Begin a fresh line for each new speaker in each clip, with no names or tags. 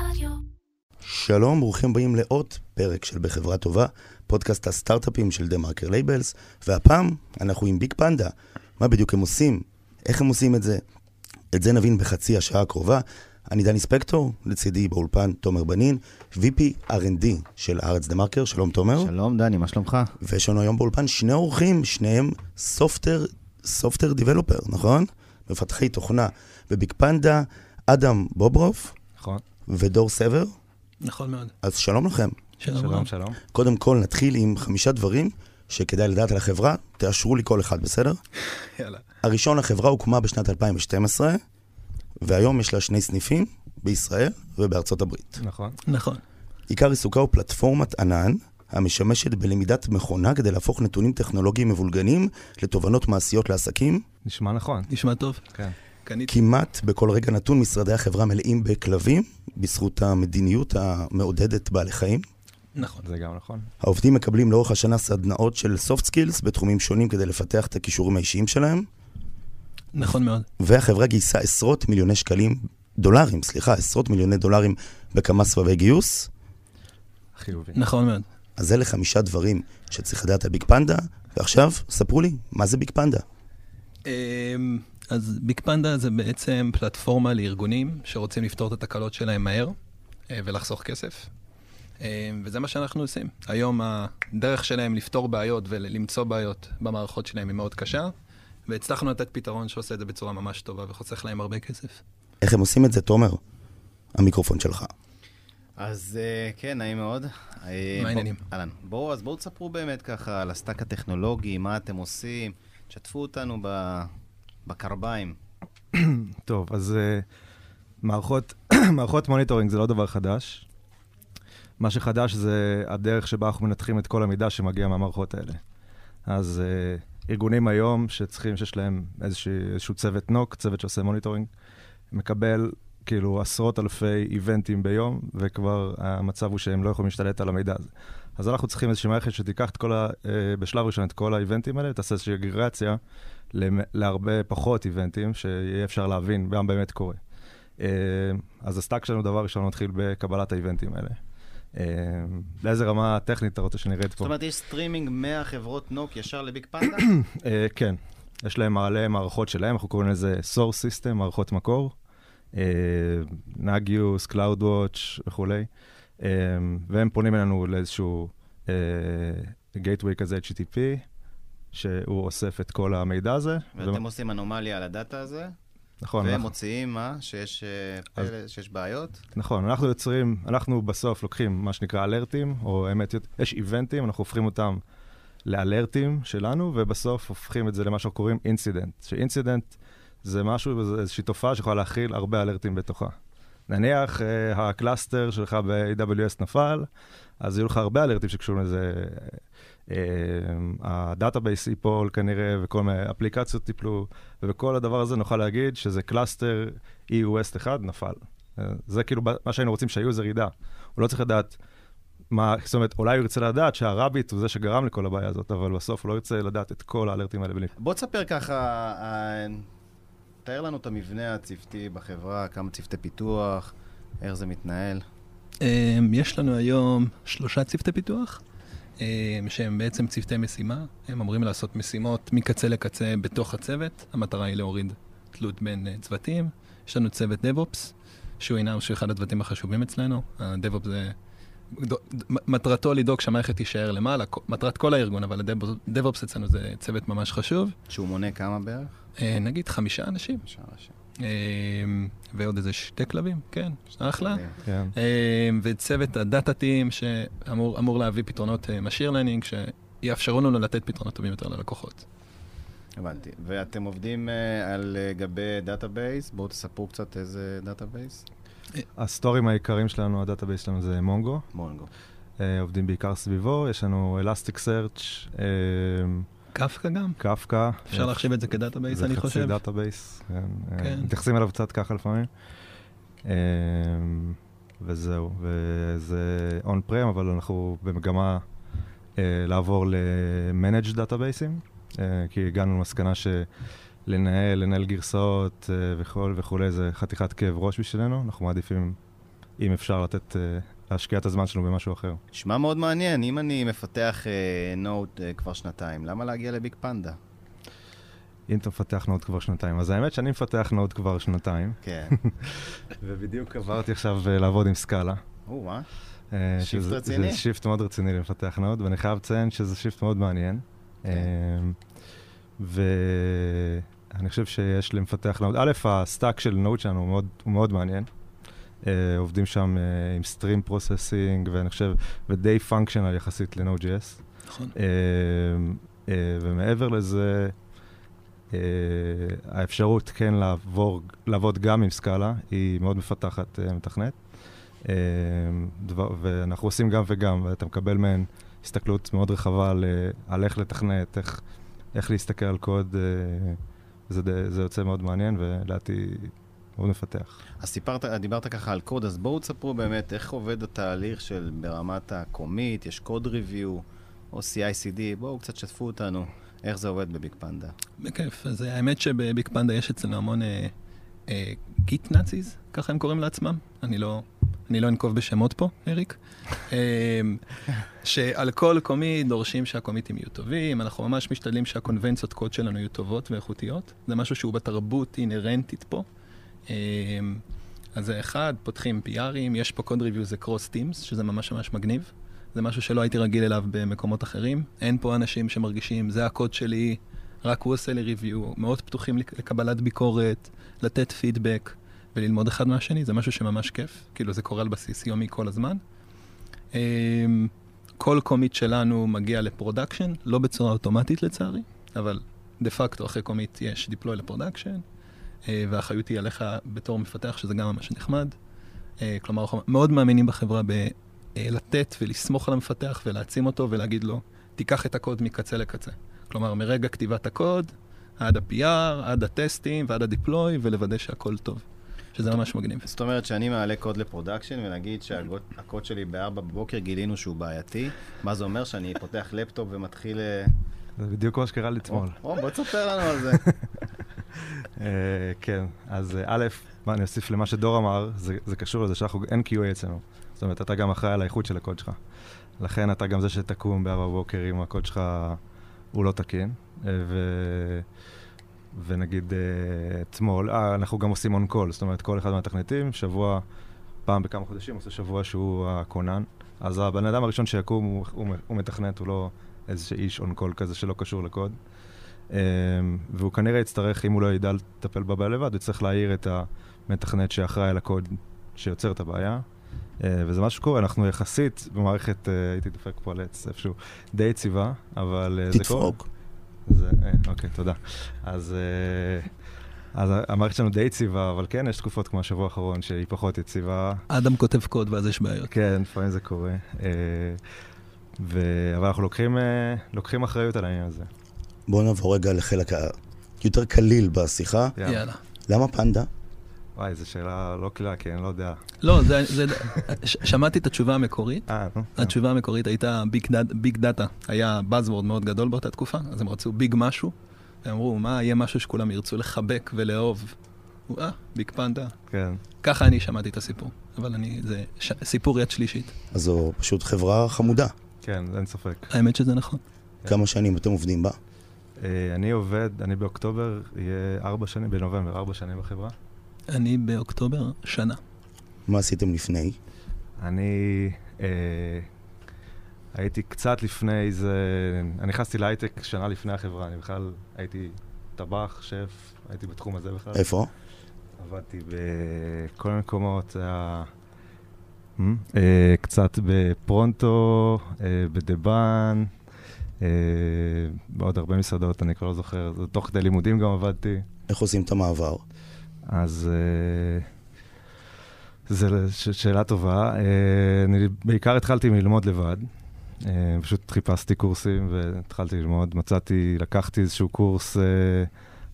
רדיו.
שלום, ברוכים הבאים לעוד פרק של בחברה טובה, פודקאסט הסטארט-אפים של דה מרקר לייבלס, והפעם אנחנו עם ביג פנדה. מה בדיוק הם עושים? איך הם עושים את זה? את זה נבין בחצי השעה הקרובה. אני דני ספקטור, לצידי באולפן תומר בנין, VP R&D של הארץ דה מרקר, שלום תומר.
שלום דני, מה שלומך?
ויש לנו היום באולפן שני אורחים, שניהם סופטר, סופטר דיבלופר, נכון? מפתחי תוכנה בביג פנדה, אדם בוברוף
נכון.
ודור סבר.
נכון מאוד.
אז שלום לכם.
שלום. רב.
שלום, שלום.
קודם כל נתחיל עם חמישה דברים שכדאי לדעת על החברה, תאשרו לי כל אחד, בסדר?
יאללה.
הראשון, החברה הוקמה בשנת 2012, והיום יש לה שני סניפים, בישראל ובארצות הברית.
נכון.
נכון.
עיקר עיסוקה הוא פלטפורמת ענן, המשמשת בלמידת מכונה כדי להפוך נתונים טכנולוגיים מבולגנים לתובנות מעשיות לעסקים.
נשמע נכון.
נשמע טוב.
כן.
קניתי.
כמעט בכל רגע נתון משרדי החברה מלאים בכלבים, בזכות המדיניות המעודדת בעלי חיים.
נכון.
זה גם נכון.
העובדים מקבלים לאורך השנה סדנאות של soft skills בתחומים שונים כדי לפתח את הכישורים האישיים שלהם,
נכון מאוד.
והחברה גייסה עשרות מיליוני שקלים, דולרים, סליחה, עשרות מיליוני דולרים בכמה סבבי גיוס.
חיובי.
נכון מאוד.
אז אלה חמישה דברים שצריך לדעת על ביג פנדה, ועכשיו, ספרו לי, מה זה ביג פנדה?
אמ, אז ביג פנדה זה בעצם פלטפורמה לארגונים שרוצים לפתור את התקלות שלהם מהר אה, ולחסוך כסף. אמ, וזה מה שאנחנו עושים. היום הדרך שלהם לפתור בעיות ולמצוא בעיות במערכות שלהם היא מאוד קשה, והצלחנו לתת פתרון שעושה את זה בצורה ממש טובה וחוסך להם הרבה כסף.
איך הם עושים את זה, תומר? המיקרופון שלך.
אז אה, כן, נעים מאוד. אה,
מה העניינים?
בוא- אהלן. בואו, אז בואו תספרו באמת ככה על הסטאק הטכנולוגי, מה אתם עושים, תשתפו אותנו ב- בקרביים.
טוב, אז אה, מערכות- מערכות מוניטורינג זה לא דבר חדש. מה שחדש זה הדרך שבה אנחנו מנתחים את כל המידע שמגיע מהמערכות האלה. אז אה, ארגונים היום שצריכים, שיש להם איזשה, איזשהו צוות נוק, צוות שעושה מוניטורינג, מקבל כאילו עשרות אלפי איבנטים ביום, וכבר המצב הוא שהם לא יכולים להשתלט על המידע הזה. אז אנחנו צריכים איזושהי מערכת שתיקח את כל ה... אה, בשלב ראשון את כל האיבנטים האלה, ותעשה איזושהי אגרגציה למ- להרבה פחות איבנטים, שיהיה אפשר להבין גם באמת קורה. אה, אז הסטאק שלנו, דבר ראשון, מתחיל בקבלת האיבנטים האלה. אה, לאיזה רמה טכנית אתה רוצה שנרד
זאת
פה?
אומרת, יש סטרימינג מהחברות נוק ישר לביג פנדה?
אה, כן, יש להם מלא מערכות שלהם, אנחנו קוראים לזה source system, מערכות מקור, אה, נגיוס, CloudWatch וכולי, אה, והם פונים אלינו לאיזשהו אה, gateway כזה HTTP, שהוא אוסף את כל המידע הזה.
ואתם עושים אנומליה על הדאטה הזה,
נכון,
והם
אנחנו,
מוציאים מה? שיש אה,
אז-
פלא- שיש בעיות?
נכון, אנחנו יוצרים, אנחנו בסוף לוקחים מה שנקרא אלרטים, או האמת, יש איבנטים, אנחנו הופכים אותם לאלרטים שלנו, ובסוף הופכים את זה למה שאנחנו קוראים אינסידנט. שאינסידנט זה משהו, זה איזושהי תופעה שיכולה להכיל הרבה אלרטים בתוכה. נניח אה, הקלאסטר שלך ב-AWS נפל, אז יהיו לך הרבה אלרטים שקשורים לזה. אה, הדאטאבייס ייפול כנראה, וכל מיני אפליקציות ייפלו, ובכל הדבר הזה נוכל להגיד שזה קלאסטר E EOS 1 נפל. אה, זה כאילו ב- מה שהיינו רוצים שהיוזר ידע. הוא לא צריך לדעת מה, זאת אומרת, אולי הוא ירצה לדעת שהרביט הוא זה שגרם לכל הבעיה הזאת, אבל בסוף הוא לא ירצה לדעת את כל האלרטים האלה בלי...
בוא תספר ככה, אה, תאר לנו את המבנה הצוותי בחברה, כמה צוותי פיתוח, איך זה מתנהל.
אמ, יש לנו היום שלושה צוותי פיתוח, אמ, שהם בעצם צוותי משימה. הם אמורים לעשות משימות מקצה לקצה בתוך הצוות. המטרה היא להוריד תלות בין אה, צוותים. יש לנו צוות DevOps, שהוא אינם, שהוא אחד הצוותים החשובים אצלנו. ה-DevOps זה... דו- ד- מ- מטרתו לדאוג שהמערכת תישאר למעלה, כ- מטרת כל הארגון, אבל ה-DevOps אצלנו זה צוות ממש חשוב.
שהוא מונה כמה בערך?
אה, נגיד חמישה אנשים,
אפשר לשבת.
אמ, ועוד איזה שתי כלבים, כן, אחלה.
כן.
אה, וצוות הדאטה טים שאמור אמור להביא פתרונות משיר לרנינג, שיאפשרו לנו לתת פתרונות טובים יותר ללקוחות.
הבנתי. ואתם עובדים אה, על אה, גבי דאטאבייס? בואו תספרו קצת איזה דאטאבייס.
הסטורים העיקריים שלנו, הדאטאבייס שלנו זה מונגו,
מונגו.
אה, עובדים בעיקר סביבו, יש לנו אה, אלסטיק סרצ'
קפקא גם,
קפקא.
אפשר להחשיב את זה כדאטאבייס, אני
זה
חושב.
חצי דאטאבייס, כן. אה,
כן.
מתייחסים אליו קצת ככה לפעמים. אה, וזהו, וזה און פרם, אבל אנחנו במגמה אה, לעבור ל-manage דאטאבייסים, אה, כי הגענו למסקנה שלנהל, לנהל גרסאות אה, וכל וכולי, זה חתיכת כאב ראש בשבילנו, אנחנו מעדיפים אם אפשר לתת, אה, להשקיע את הזמן שלנו במשהו אחר.
נשמע מאוד מעניין, אם אני מפתח אה, נוט אה, כבר שנתיים, למה להגיע לביג פנדה?
אם אתה מפתח נוד כבר שנתיים, אז האמת שאני מפתח נוד כבר שנתיים,
כן.
ובדיוק עברתי עכשיו אה, לעבוד עם סקאלה.
או, מה?
אה,
שיפט
שזה-
רציני.
זה שיפט מאוד רציני למפתח נוד, ואני חייב לציין שזה שיפט מאוד מעניין.
כן.
אה, ואני חושב שיש למפתח נוד, א', הסטאק של נוד שלנו הוא מאוד, הוא מאוד מעניין. אה, עובדים שם אה, עם סטרים פרוססינג, ואני חושב, ודי פונקשיונל יחסית ל-Node.js.
נכון.
אה, אה, ומעבר לזה, אה, האפשרות כן לעבור, לעבוד גם עם סקאלה, היא מאוד מפתחת אה, מתכנת. אה, דבר, ואנחנו עושים גם וגם, ואתה מקבל מהן הסתכלות מאוד רחבה על, אה, על איך לתכנת, איך, איך להסתכל על קוד, אה, זה, די- זה יוצא מאוד מעניין, ולדעתי מאוד מפתח.
אז סיפרת, דיברת ככה על קוד, אז בואו תספרו באמת איך עובד התהליך של ברמת הקומית, יש קוד ריוויו, או CICD, בואו קצת שתפו אותנו איך זה עובד בביג פנדה.
בכיף. אז אה, האמת שבביג פנדה יש אצלנו המון אה, אה, גיט נאציז, ככה הם קוראים לעצמם. אני לא, אני לא אנקוב בשמות פה, אריק. אה, שעל כל קומיט דורשים שהקומיטים יהיו טובים, אנחנו ממש משתדלים שהקונבנציות קוד שלנו יהיו טובות ואיכותיות. זה משהו שהוא בתרבות אינהרנטית פה. אה, אז זה אחד, פותחים PRים, יש פה קוד ריוויו זה קרוס טימס, שזה ממש ממש מגניב. זה משהו שלא הייתי רגיל אליו במקומות אחרים. אין פה אנשים שמרגישים, זה הקוד שלי, רק הוא עושה לי ריוויו, מאוד פתוחים לק- לקבלת ביקורת, לתת פידבק וללמוד אחד מהשני, זה משהו שממש כיף, כאילו זה קורה על בסיס יומי כל הזמן. אמ, כל קומיט שלנו מגיע לפרודקשן, לא בצורה אוטומטית לצערי, אבל דה פקטו אחרי קומיט יש דיפלוי לפרודקשן, אה, והאחריות היא עליך בתור מפתח, שזה גם ממש נחמד. אה, כלומר, אנחנו מאוד מאמינים בחברה בלתת ולסמוך על המפתח ולהעצים אותו ולהגיד לו, תיקח את הקוד מקצה לקצה. כלומר, מרגע כתיבת הקוד, עד ה-PR, עד הטסטים ועד הדיפלוי, ולוודא שהכל טוב. שזה ממש מגניב.
זאת אומרת שאני מעלה קוד לפרודקשן, ונגיד שהקוד שלי ב-4 בבוקר גילינו שהוא בעייתי, מה זה אומר שאני פותח לפטופ ומתחיל... אה,
זה בדיוק מה שקרה לי אתמול.
או, בוא תספר לנו על זה.
אה, כן, אז אה, א', מה אני אוסיף למה שדור אמר, זה, זה קשור לזה שאנחנו, אין QA אצלנו. זאת אומרת, אתה גם אחראי על האיכות של הקוד שלך. לכן אתה גם זה שתקום בארבע בבוקר אם הקוד שלך הוא לא תקין. אה, ו... ונגיד אה, אתמול, אה, אנחנו גם עושים און קול, זאת אומרת, כל אחד מהתכניתים, שבוע, פעם בכמה חודשים, עושה שבוע שהוא הכונן. אז הבן אדם הראשון שיקום הוא, הוא, הוא מתכנת, הוא לא איזה איש און קול כזה שלא קשור לקוד. אמ, והוא כנראה יצטרך, אם הוא לא ידע לטפל בבעיה לבד, הוא יצטרך להעיר את המתכנת שאחראי על הקוד שיוצר את הבעיה. אה, וזה משהו שקורה, אנחנו יחסית במערכת, אה, הייתי דופק פה על עץ איפשהו, די יציבה, אבל אה, זה קורה.
תדפוק.
זה, אה, אוקיי, תודה. אז, אה, אז המערכת שלנו די יציבה, אבל כן, יש תקופות כמו השבוע האחרון שהיא פחות יציבה.
אדם כותב קוד ואז יש בעיות.
כן, לפעמים זה קורה. אה, ו... אבל אנחנו לוקחים, אה, לוקחים אחריות על העניין הזה.
בואו נעבור רגע לחלק ה- יותר קליל בשיחה.
יאללה.
יאלה.
למה פנדה?
וואי, זו שאלה לא קלה, כי אני לא יודע.
לא, זה, זה, ש- שמעתי את התשובה המקורית.
אה, נו.
התשובה המקורית הייתה ביג, דאט, ביג דאטה, היה Buzzword מאוד גדול באותה תקופה, אז הם רצו ביג משהו, והם אמרו, מה יהיה משהו שכולם ירצו לחבק ולאהוב? אה, ביג פנדה.
כן.
ככה אני שמעתי את הסיפור, אבל אני, זה ש, סיפור יד שלישית.
אז זו פשוט חברה חמודה.
כן, אין ספק.
האמת שזה נכון.
כמה שנים אתם עובדים בה?
אה, אני עובד, אני באוקטובר, יהיה ארבע שנים, בנובמבר, ארבע שנים בחברה.
אני באוקטובר שנה.
מה עשיתם לפני?
אני אה, הייתי קצת לפני זה, אני נכנסתי להייטק שנה לפני החברה, אני בכלל הייתי טבח, שף, הייתי בתחום הזה בכלל.
איפה?
עבדתי בכל מיני מקומות, היה... אמ? אה, קצת בפרונטו, אה, בדה-בן, אה, בעוד הרבה מסעדות, אני כבר לא זוכר, זה תוך כדי לימודים גם עבדתי.
איך עושים את המעבר?
אז זו ש- שאלה טובה. אה, אני בעיקר התחלתי מללמוד לבד. אה, פשוט חיפשתי קורסים והתחלתי ללמוד. מצאתי, לקחתי איזשהו קורס אה,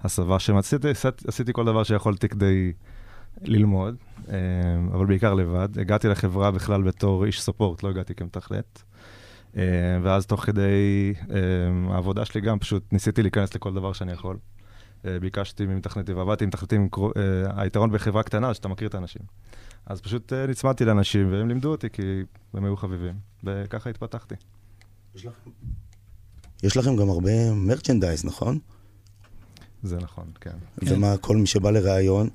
הסבה שמצאתי, עשיתי- עשיתי כל דבר שיכולתי כדי ללמוד, אה, אבל בעיקר לבד. הגעתי לחברה בכלל בתור איש ספורט, לא הגעתי כמתכנת. אה, ואז תוך כדי אה, העבודה שלי גם פשוט ניסיתי להיכנס לכל דבר שאני יכול. אה, ביקשתי ממתכנתים, ועבדתי עם מתכנתים, קרו- אה, היתרון בחברה קטנה, שאתה מכיר את האנשים. אז פשוט אה, נצמדתי לאנשים, והם לימדו אותי, כי הם היו חביבים, וככה התפתחתי.
יש לכם גם הרבה מרצ'נדייז, נכון?
זה נכון, כן.
כן.
ומה, כל מי שבא לראיון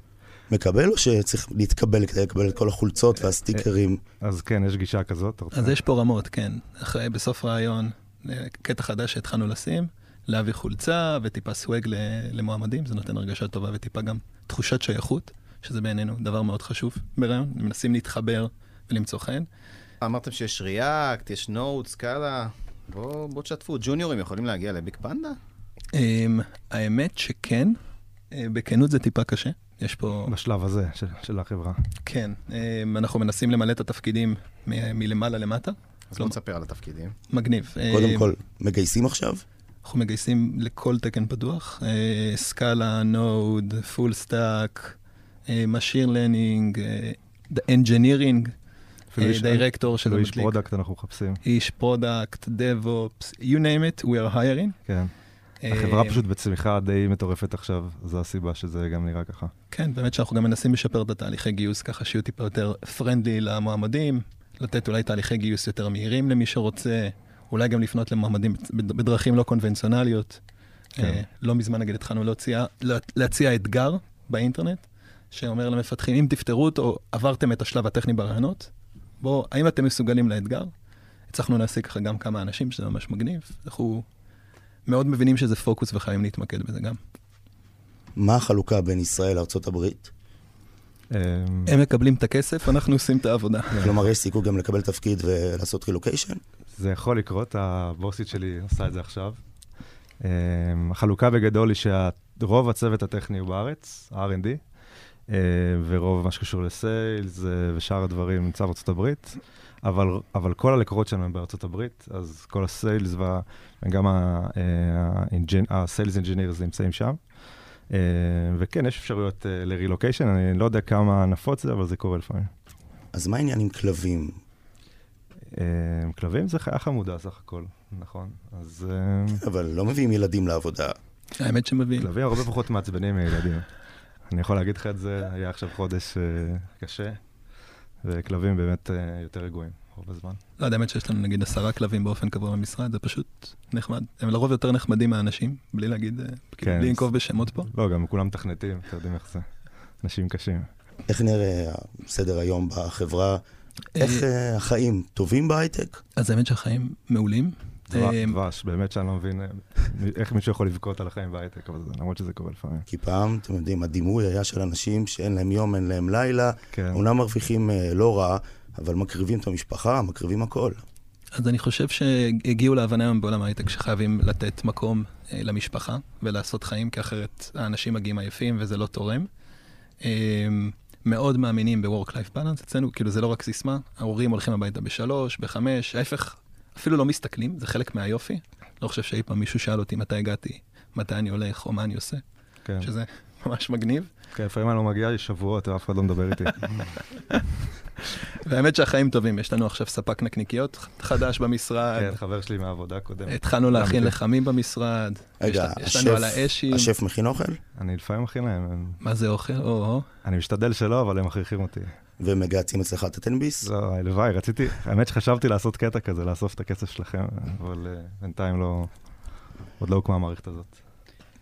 מקבל, או שצריך להתקבל כדי לקבל את כל החולצות והסטיקרים?
אז כן, יש גישה כזאת, אתה רוצה?
אז יש פה רמות, כן. אחרי, בסוף ראיון, אה, קטע חדש שהתחלנו לשים, להביא חולצה וטיפה סוואג ל- למועמדים, זה נותן הרגשה טובה וטיפה גם תחושת שייכות, שזה בעינינו דבר מאוד חשוב בראיון, מנסים להתחבר ולמצוא חן.
אמרתם שיש ריאקט, יש נוט, סקאלה. בואו בוא תשתפו, ג'וניורים יכולים להגיע לביג פנדה?
אמ, האמת שכן, אה, בכנות זה טיפה קשה. יש פה,
בשלב הזה של, של החברה.
כן, אמ, אנחנו מנסים למלא את התפקידים מ- מלמעלה למטה,
אז בואו
כלומר-
תספר על התפקידים.
מגניב.
קודם
אמ,
כל, מגייסים עכשיו?
אנחנו מגייסים לכל תקן פתוח, אה, סקאלה, נוד, פול סטאק, אה, משיר לרנינג, אנג'ינירינג,
אפילו איש-
דירקטור אה, של
אפילו איש פרודקט אנחנו מחפשים,
איש פרודקט, DevOps, you name it, we are hiring.
כן.
אה,
החברה פשוט בצמיחה די מטורפת עכשיו, זו הסיבה שזה גם נראה ככה.
כן, באמת שאנחנו גם מנסים לשפר את התהליכי גיוס ככה שיהיו טיפה יותר פרנדלי למועמדים, לתת אולי תהליכי גיוס יותר מהירים למי שרוצה, אולי גם לפנות למועמדים בד- בדרכים לא קונבנציונליות.
כן.
אה, לא מזמן נגיד התחלנו להוציא, לה- להציע אתגר באינטרנט, שאומר למפתחים, אם תפתרו אותו, עברתם את השלב הטכני ברעיונות, בואו, האם אתם מסוגלים לאתגר? הצלחנו להשיג ככה גם כמה אנשים, שזה ממש מגניב. אנחנו מאוד מבינים שזה פוקוס וחייבים להתמקד בזה גם.
מה החלוקה בין ישראל לארה"ב?
אמ,
הם מקבלים את הכסף, אנחנו עושים את העבודה.
כלומר, יש סיכוי גם לקבל תפקיד ולעשות רילוקיישן?
זה יכול לקרות, הבוסית שלי עושה את זה עכשיו. אמ, החלוקה בגדול היא שרוב הצוות הטכני הוא בארץ, R&D, אמ, ורוב מה שקשור לסיילס אה, ושאר הדברים נמצא בארצות הברית, אבל, אבל כל הלקוחות שלנו הם בארצות הברית, אז כל הסיילס וה- וגם אה, הסיילס אינג'ינירס נמצאים שם. אמ, וכן, יש אפשרויות אה, לרילוקיישן, אני לא יודע כמה נפוץ זה, אבל זה קורה לפעמים.
אז מה העניין עם כלבים?
אמ, כלבים זה חיה חמודה סך הכל, נכון? אז... אמ,
אבל לא מביאים ילדים לעבודה.
האמת שמבין.
כלבים הרבה פחות מעצבנים מילדים. אני יכול להגיד לך את זה, היה עכשיו חודש אה, קשה, וכלבים באמת אה, יותר רגועים רוב הזמן.
לא יודע, האמת שיש לנו נגיד עשרה כלבים באופן קבוע במשרד, זה פשוט נחמד. הם לרוב יותר נחמדים מהאנשים, בלי להגיד, אה, כאילו,
כן.
בלי לנקוב בשמות פה.
לא, גם כולם מתכנתים, אתם יודעים איך זה. אנשים קשים.
איך נראה סדר היום בחברה? איך
אה,
אה, החיים טובים בהייטק?
אז האמת שהחיים מעולים.
דבר-
אה,
דבש, באמת שאני לא מבין אה, מ- איך מישהו יכול לבכות על החיים בהייטק, אבל זה- למרות שזה קורה לפעמים.
כי פעם, אתם יודעים, הדימוי היה של אנשים שאין להם יום, אין להם לילה,
כן,
אומנם מרוויחים אה, לא רע, אבל מקריבים את המשפחה, מקריבים הכל.
אז אני חושב שהגיעו להבנה היום בעולם ההייטק שחייבים לתת מקום אה, למשפחה ולעשות חיים, כי אחרת האנשים מגיעים עייפים וזה לא תורם. אה, מאוד מאמינים ב-work-life balance אצלנו, כאילו זה לא רק סיסמה, ההורים הולכים הביתה בשלוש, בחמש, ההפך, אפילו לא מסתכלים, זה חלק מהיופי. לא חושב שאי פעם מישהו שאל אותי מתי הגעתי, מתי אני הולך או מה אני עושה,
כן.
שזה ממש מגניב.
כן, לפעמים אני לא מגיע, יש שבועות ואף אחד לא מדבר איתי.
והאמת שהחיים טובים, יש לנו עכשיו ספק נקניקיות חדש במשרד,
כן, חבר שלי מהעבודה הקודמת.
התחלנו להכין
גם-
לחמים במשרד.
רגע,
יש לה- יש לנו על האשים.
השף, השף מכין אוכל?
אני לפעמים מכין להם, הם-
מה זה אוכל? או-הו.
אני משתדל שלא, אבל הם מכריחים אותי.
ומגהצים אצלך את הטנביס?
לא, הלוואי, רציתי, האמת שחשבתי לעשות קטע כזה, לאסוף את הכסף שלכם, אבל אה, בינתיים לא, עוד לא הוקמה המערכת הזאת.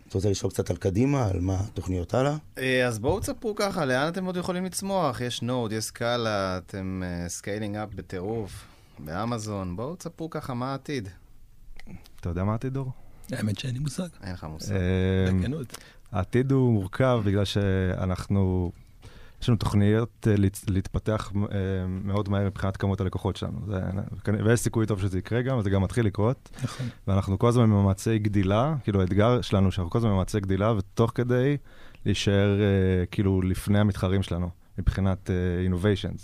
אתה רוצה לשאול קצת על קדימה, על מה התוכניות הלאה?
אה, אז בואו תספרו ככה, לאן אתם עוד יכולים לצמוח? יש נוד, יש סקאלה, אתם סקיילינג אפ בטירוף, באמזון. בואו תספרו ככה מה העתיד.
אתה יודע מה העתיד, דור?
האמת שאין לי מושג.
אין לך מושג.
אה,
בכנות.
העתיד הוא מורכב בגלל שאנחנו, יש לנו תוכניות אה, להצ- להתפתח אה, מאוד מהר מבחינת כמות הלקוחות שלנו, זה- אה, ויש סיכוי טוב שזה יקרה גם, וזה גם מתחיל לקרות.
נכון.
ואנחנו כל הזמן במאמצי גדילה, כאילו האתגר שלנו שאנחנו כל הזמן במאמצי גדילה, ותוך כדי להישאר אה, כאילו לפני המתחרים שלנו, מבחינת אה, innovations.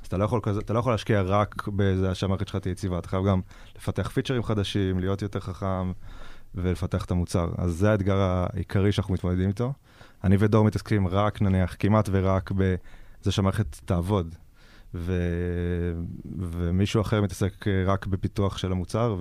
אז אתה לא יכול, כזה, אתה לא יכול להשקיע רק בזה שהמערכת שלך תהיה יציבה, אתה חייב גם לפתח פיצ'רים חדשים, להיות יותר חכם ולפתח את המוצר. אז זה האתגר העיקרי שאנחנו מתמודדים איתו. אני ודור מתעסקים רק, נניח, כמעט ורק בזה שהמערכת תעבוד. ו... ומישהו אחר מתעסק אה, רק בפיתוח של המוצר,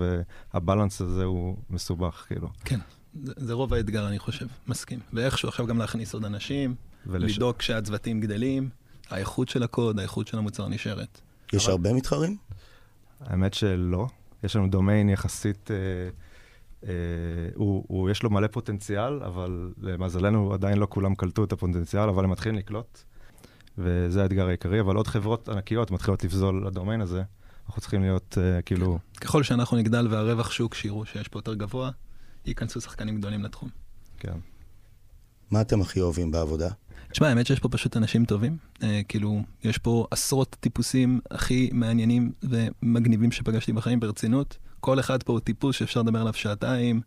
והבלנס הזה הוא מסובך, כאילו.
כן. זה, זה רוב האתגר, אני חושב, מסכים. ואיכשהו עכשיו גם להכניס עוד אנשים, ולש...
ולש...
לדאוג שהצוותים גדלים, האיכות של הקוד, האיכות של המוצר נשארת.
יש הרבה מתחרים?
האמת שלא. יש לנו דומיין יחסית, אה, אה, הוא, הוא, יש לו מלא פוטנציאל, אבל למזלנו עדיין לא כולם קלטו את הפוטנציאל, אבל הם מתחילים לקלוט, וזה האתגר העיקרי, אבל עוד חברות ענקיות מתחילות לפזול לדומיין הזה. אנחנו צריכים להיות אה, כאילו,
ככל שאנחנו נגדל והרווח שוק שיראו שיש פה יותר גבוה, ייכנסו שחקנים גדולים לתחום.
כן.
מה אתם הכי אוהבים בעבודה?
תשמע, האמת שיש פה פשוט אנשים טובים. אה, כאילו, יש פה עשרות טיפוסים הכי מעניינים ומגניבים שפגשתי בחיים ברצינות. כל אחד פה הוא טיפוס שאפשר לדבר עליו שעתיים.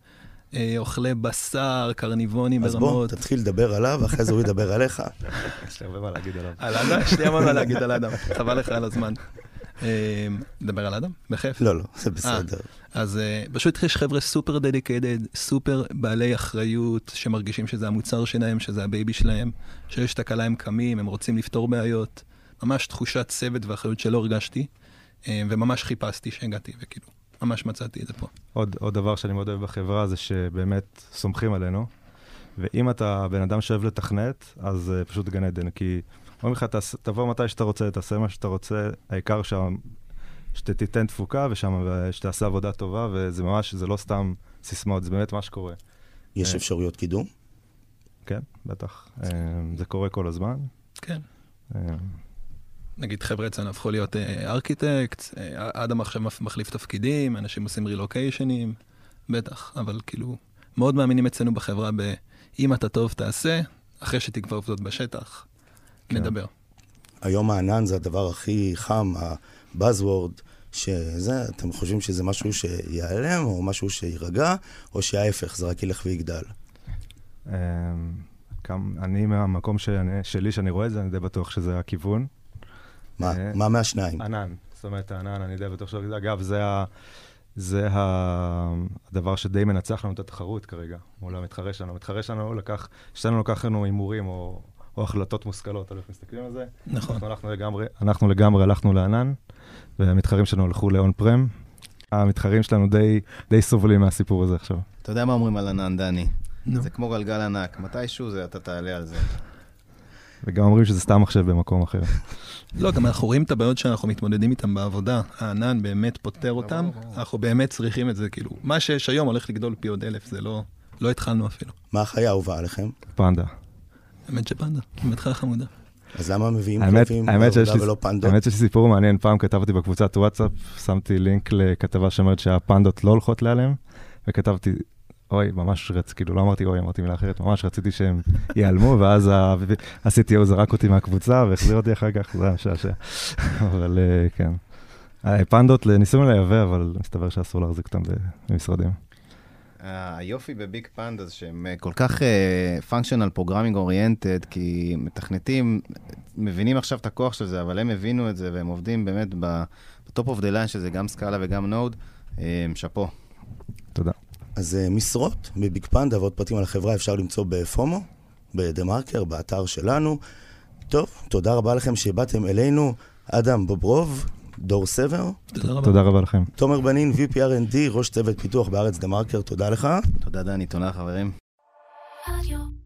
אה, אוכלי בשר, קרניבונים
אז בוא,
ברמות.
תתחיל לדבר עליו, אחרי זה הוא ידבר עליך.
כן. יש לי הרבה מה להגיד עליו.
על אדם? יש לי המון מה להגיד על אדם, חבל לך על הזמן. אה, נדבר על אדם? בכיף.
לא, לא, זה בסדר.
אז אה, פשוט יש חבר'ה סופר דדיקטד, סופר בעלי אחריות, שמרגישים שזה המוצר שלהם, שזה הבייבי שלהם, שיש תקלה הם קמים, הם רוצים לפתור בעיות. ממש תחושת צוות ואחריות שלא הרגשתי, אה, וממש חיפשתי שהגעתי, וכאילו, ממש מצאתי את זה פה.
עוד, עוד דבר שאני מאוד אוהב בחברה זה שבאמת סומכים עלינו, ואם אתה בן אדם שאוהב לתכנת, אז uh, פשוט גן עדן, כי אומרים לך, "תעש- תבוא מתי שאתה רוצה, תעשה מה שאתה רוצה, העיקר שם, שתיתן תפוקה ושם, שתעשה עבודה טובה, וזה ממש, זה לא סתם סיסמאות, זה באמת מה שקורה.
יש
אה.
אפשרויות קידום?
כן, בטח. אמ, זה קורה כל הזמן.
כן.
אמ,
נגיד חבר'ה אצלנו הפכו להיות אה, ארכיטקט, אדם עכשיו מח- מחליף תפקידים, אנשים עושים רילוקיישנים, בטח, אבל כאילו, מאוד מאמינים אצלנו בחברה ב... אם אתה טוב, תעשה, אחרי שתקבע עובדות בשטח,
כן.
נדבר.
היום הענן זה הדבר הכי חם, הבאזוורד, שזה, אתם חושבים שזה משהו שיעלם, או משהו שיירגע, או שההפך, זה רק ילך ויגדל.
אמ, כם- אני מהמקום שאני- שלי, שאני רואה את זה, אני די בטוח שזה הכיוון.
מה,
אה.
מה מהשניים?
ענן, זאת אומרת הענן, אני די בטוח ש... אגב, זה, ה... זה ה... הדבר שדי מנצח לנו את התחרות כרגע, לא מול המתחרה שלנו. המתחרה שלנו לקח, שלנו לקח לנו הימורים או, או החלטות מושכלות, תלוי איך מסתכלים על זה.
נכון.
אנחנו, אנחנו, לגמרי, אנחנו לגמרי הלכנו לענן, והמתחרים שלנו הלכו לאון פרם. המתחרים שלנו די, די סובלים מהסיפור הזה עכשיו.
אתה יודע מה אומרים על ענן, דני?
נו.
זה כמו גלגל ענק, מתישהו זה, אתה תעלה על זה.
וגם אומרים שזה סתם מחשב במקום אחר.
לא, גם אנחנו רואים את הבעיות שאנחנו מתמודדים איתן בעבודה. הענן באמת פותר אותן, אנחנו באמת צריכים את זה, כאילו, מה שיש היום הולך לגדול פי עוד אלף, זה לא... לא התחלנו אפילו.
מה החיה האהובה עליכם?
פנדה.
האמת שפנדה, באמת חמודה.
אז למה מביאים
האמת-
כלבים
האמת שיש לי-
לעבודה ולא פנדות?
האמת שיש לי סיפור מעניין, פעם כתבתי בקבוצת וואטסאפ, שמתי לינק לכתבה שאומרת שהפנדות לא הולכות להיעלם, וכתבתי, אוי, ממש רציתי, כאילו לא אמרתי אוי, אמרתי מילה אחרת, ממש רציתי שהם ייעלמו, ואז ה- ה-CTO זרק אותי מהקבוצה והחזיר אותי אחר כך, זה היה משעשע. אבל אה, כן. אה, פנדות ניסינו לייבא, אבל מסתבר שאסור להחזיק אותם במשרדים.
ה- אה, היופי בביג פנדה זה שהם אה, כל כך פונקשיונל פרוגרמינג אוריינטד, כי מתכנתים, אה, מבינים עכשיו את הכוח של זה, אבל הם הבינו את זה, והם עובדים באמת בטופ אוף דה ליין, שזה גם סקאלה וגם נוד, אה, שאפו.
תודה.
אז אה, משרות מביג פנדה ועוד פרטים על החברה אפשר למצוא בפומו, בדה מרקר, באתר שלנו. טוב, תודה רבה לכם שבאתם אלינו. אדם בוברוב, דור סבר,
תודה רבה.
תודה רבה לכם.
תומר בנין, VPRND, ראש צוות פיתוח בארץ דה מרקר, תודה לך.
תודה, דני, תודה, חברים.
Radio